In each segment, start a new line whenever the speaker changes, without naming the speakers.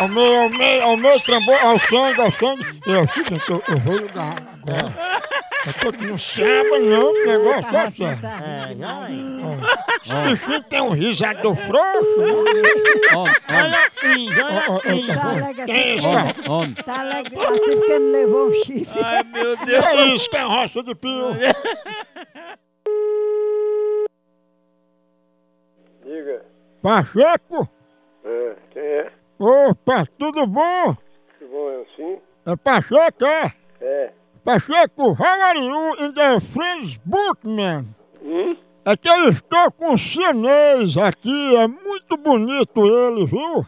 Ao meu, ao meu, ao meu trambolho, ao sangue, ao sangue. Eu, é o seguinte, eu, eu vou ligar agora. Eu tô que não sabe não, o negócio é sério.
É, já é.
Se filho tem um risado frouxo, né? Ó, ó, ó,
Tá
ó, ó.
alegre
Tem
assim,
isca.
tá alegre assim porque ele levou um chifre.
Ai, meu Deus.
É isso, que é rocha de pio.
Diga.
Pacheco,
É, quem é?
opa, tudo bom?
Que bom, é assim?
É Pacheco, é?
É.
Pacheco, how are you in the French Bookman?
Hum?
É que eu estou com um chinês aqui, é muito bonito ele, viu?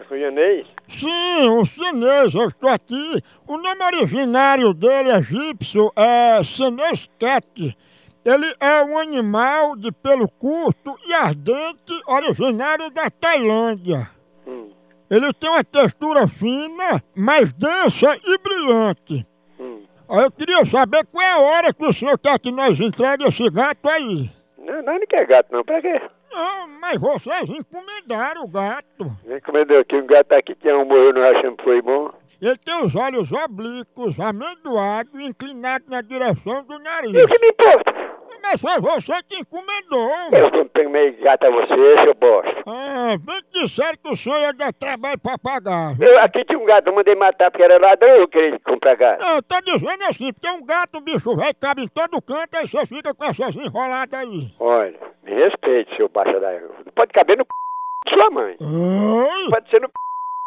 É Ruianei?
Sim, um chinês, eu estou aqui. O nome originário dele, egípcio, é Senestet. Ele é um animal de pelo curto e ardente, originário da Tailândia.
Hum,
Ele tem uma textura fina, mas densa e brilhante.
hum.
Aí eu queria saber qual é a hora que o senhor quer que nós entregue esse gato aí.
Não, não, não quer gato não, pra quê?
Não, mas vocês encomendaram o gato.
Vem comendo aqui, um gato aqui que um morreu, não achando que foi bom.
Ele tem os olhos oblíquos, amendoados, inclinados na direção do nariz.
E o que me importa?
Mas foi você que encomendou.
Eu não tenho meio gato a você, seu bosta.
Ah, bem que disseram que o senhor ia dar trabalho pra pagar.
Eu aqui tinha um gato, eu mandei matar porque era ladrão, eu queria comprar gato.
Não, eu tô dizendo assim, porque um gato, um bicho velho, cabe em todo canto, aí você fica com essas enroladas aí.
Olha, me respeite, seu baixa da... Não pode caber no c... de sua mãe.
Ei,
Pode ser no c...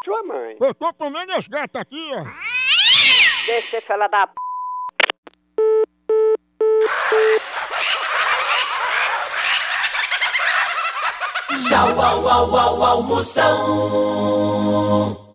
de sua mãe.
eu tô comendo esse gato aqui, ó.
Deixa você falar da p.
Tchau, au, au, au, almoção.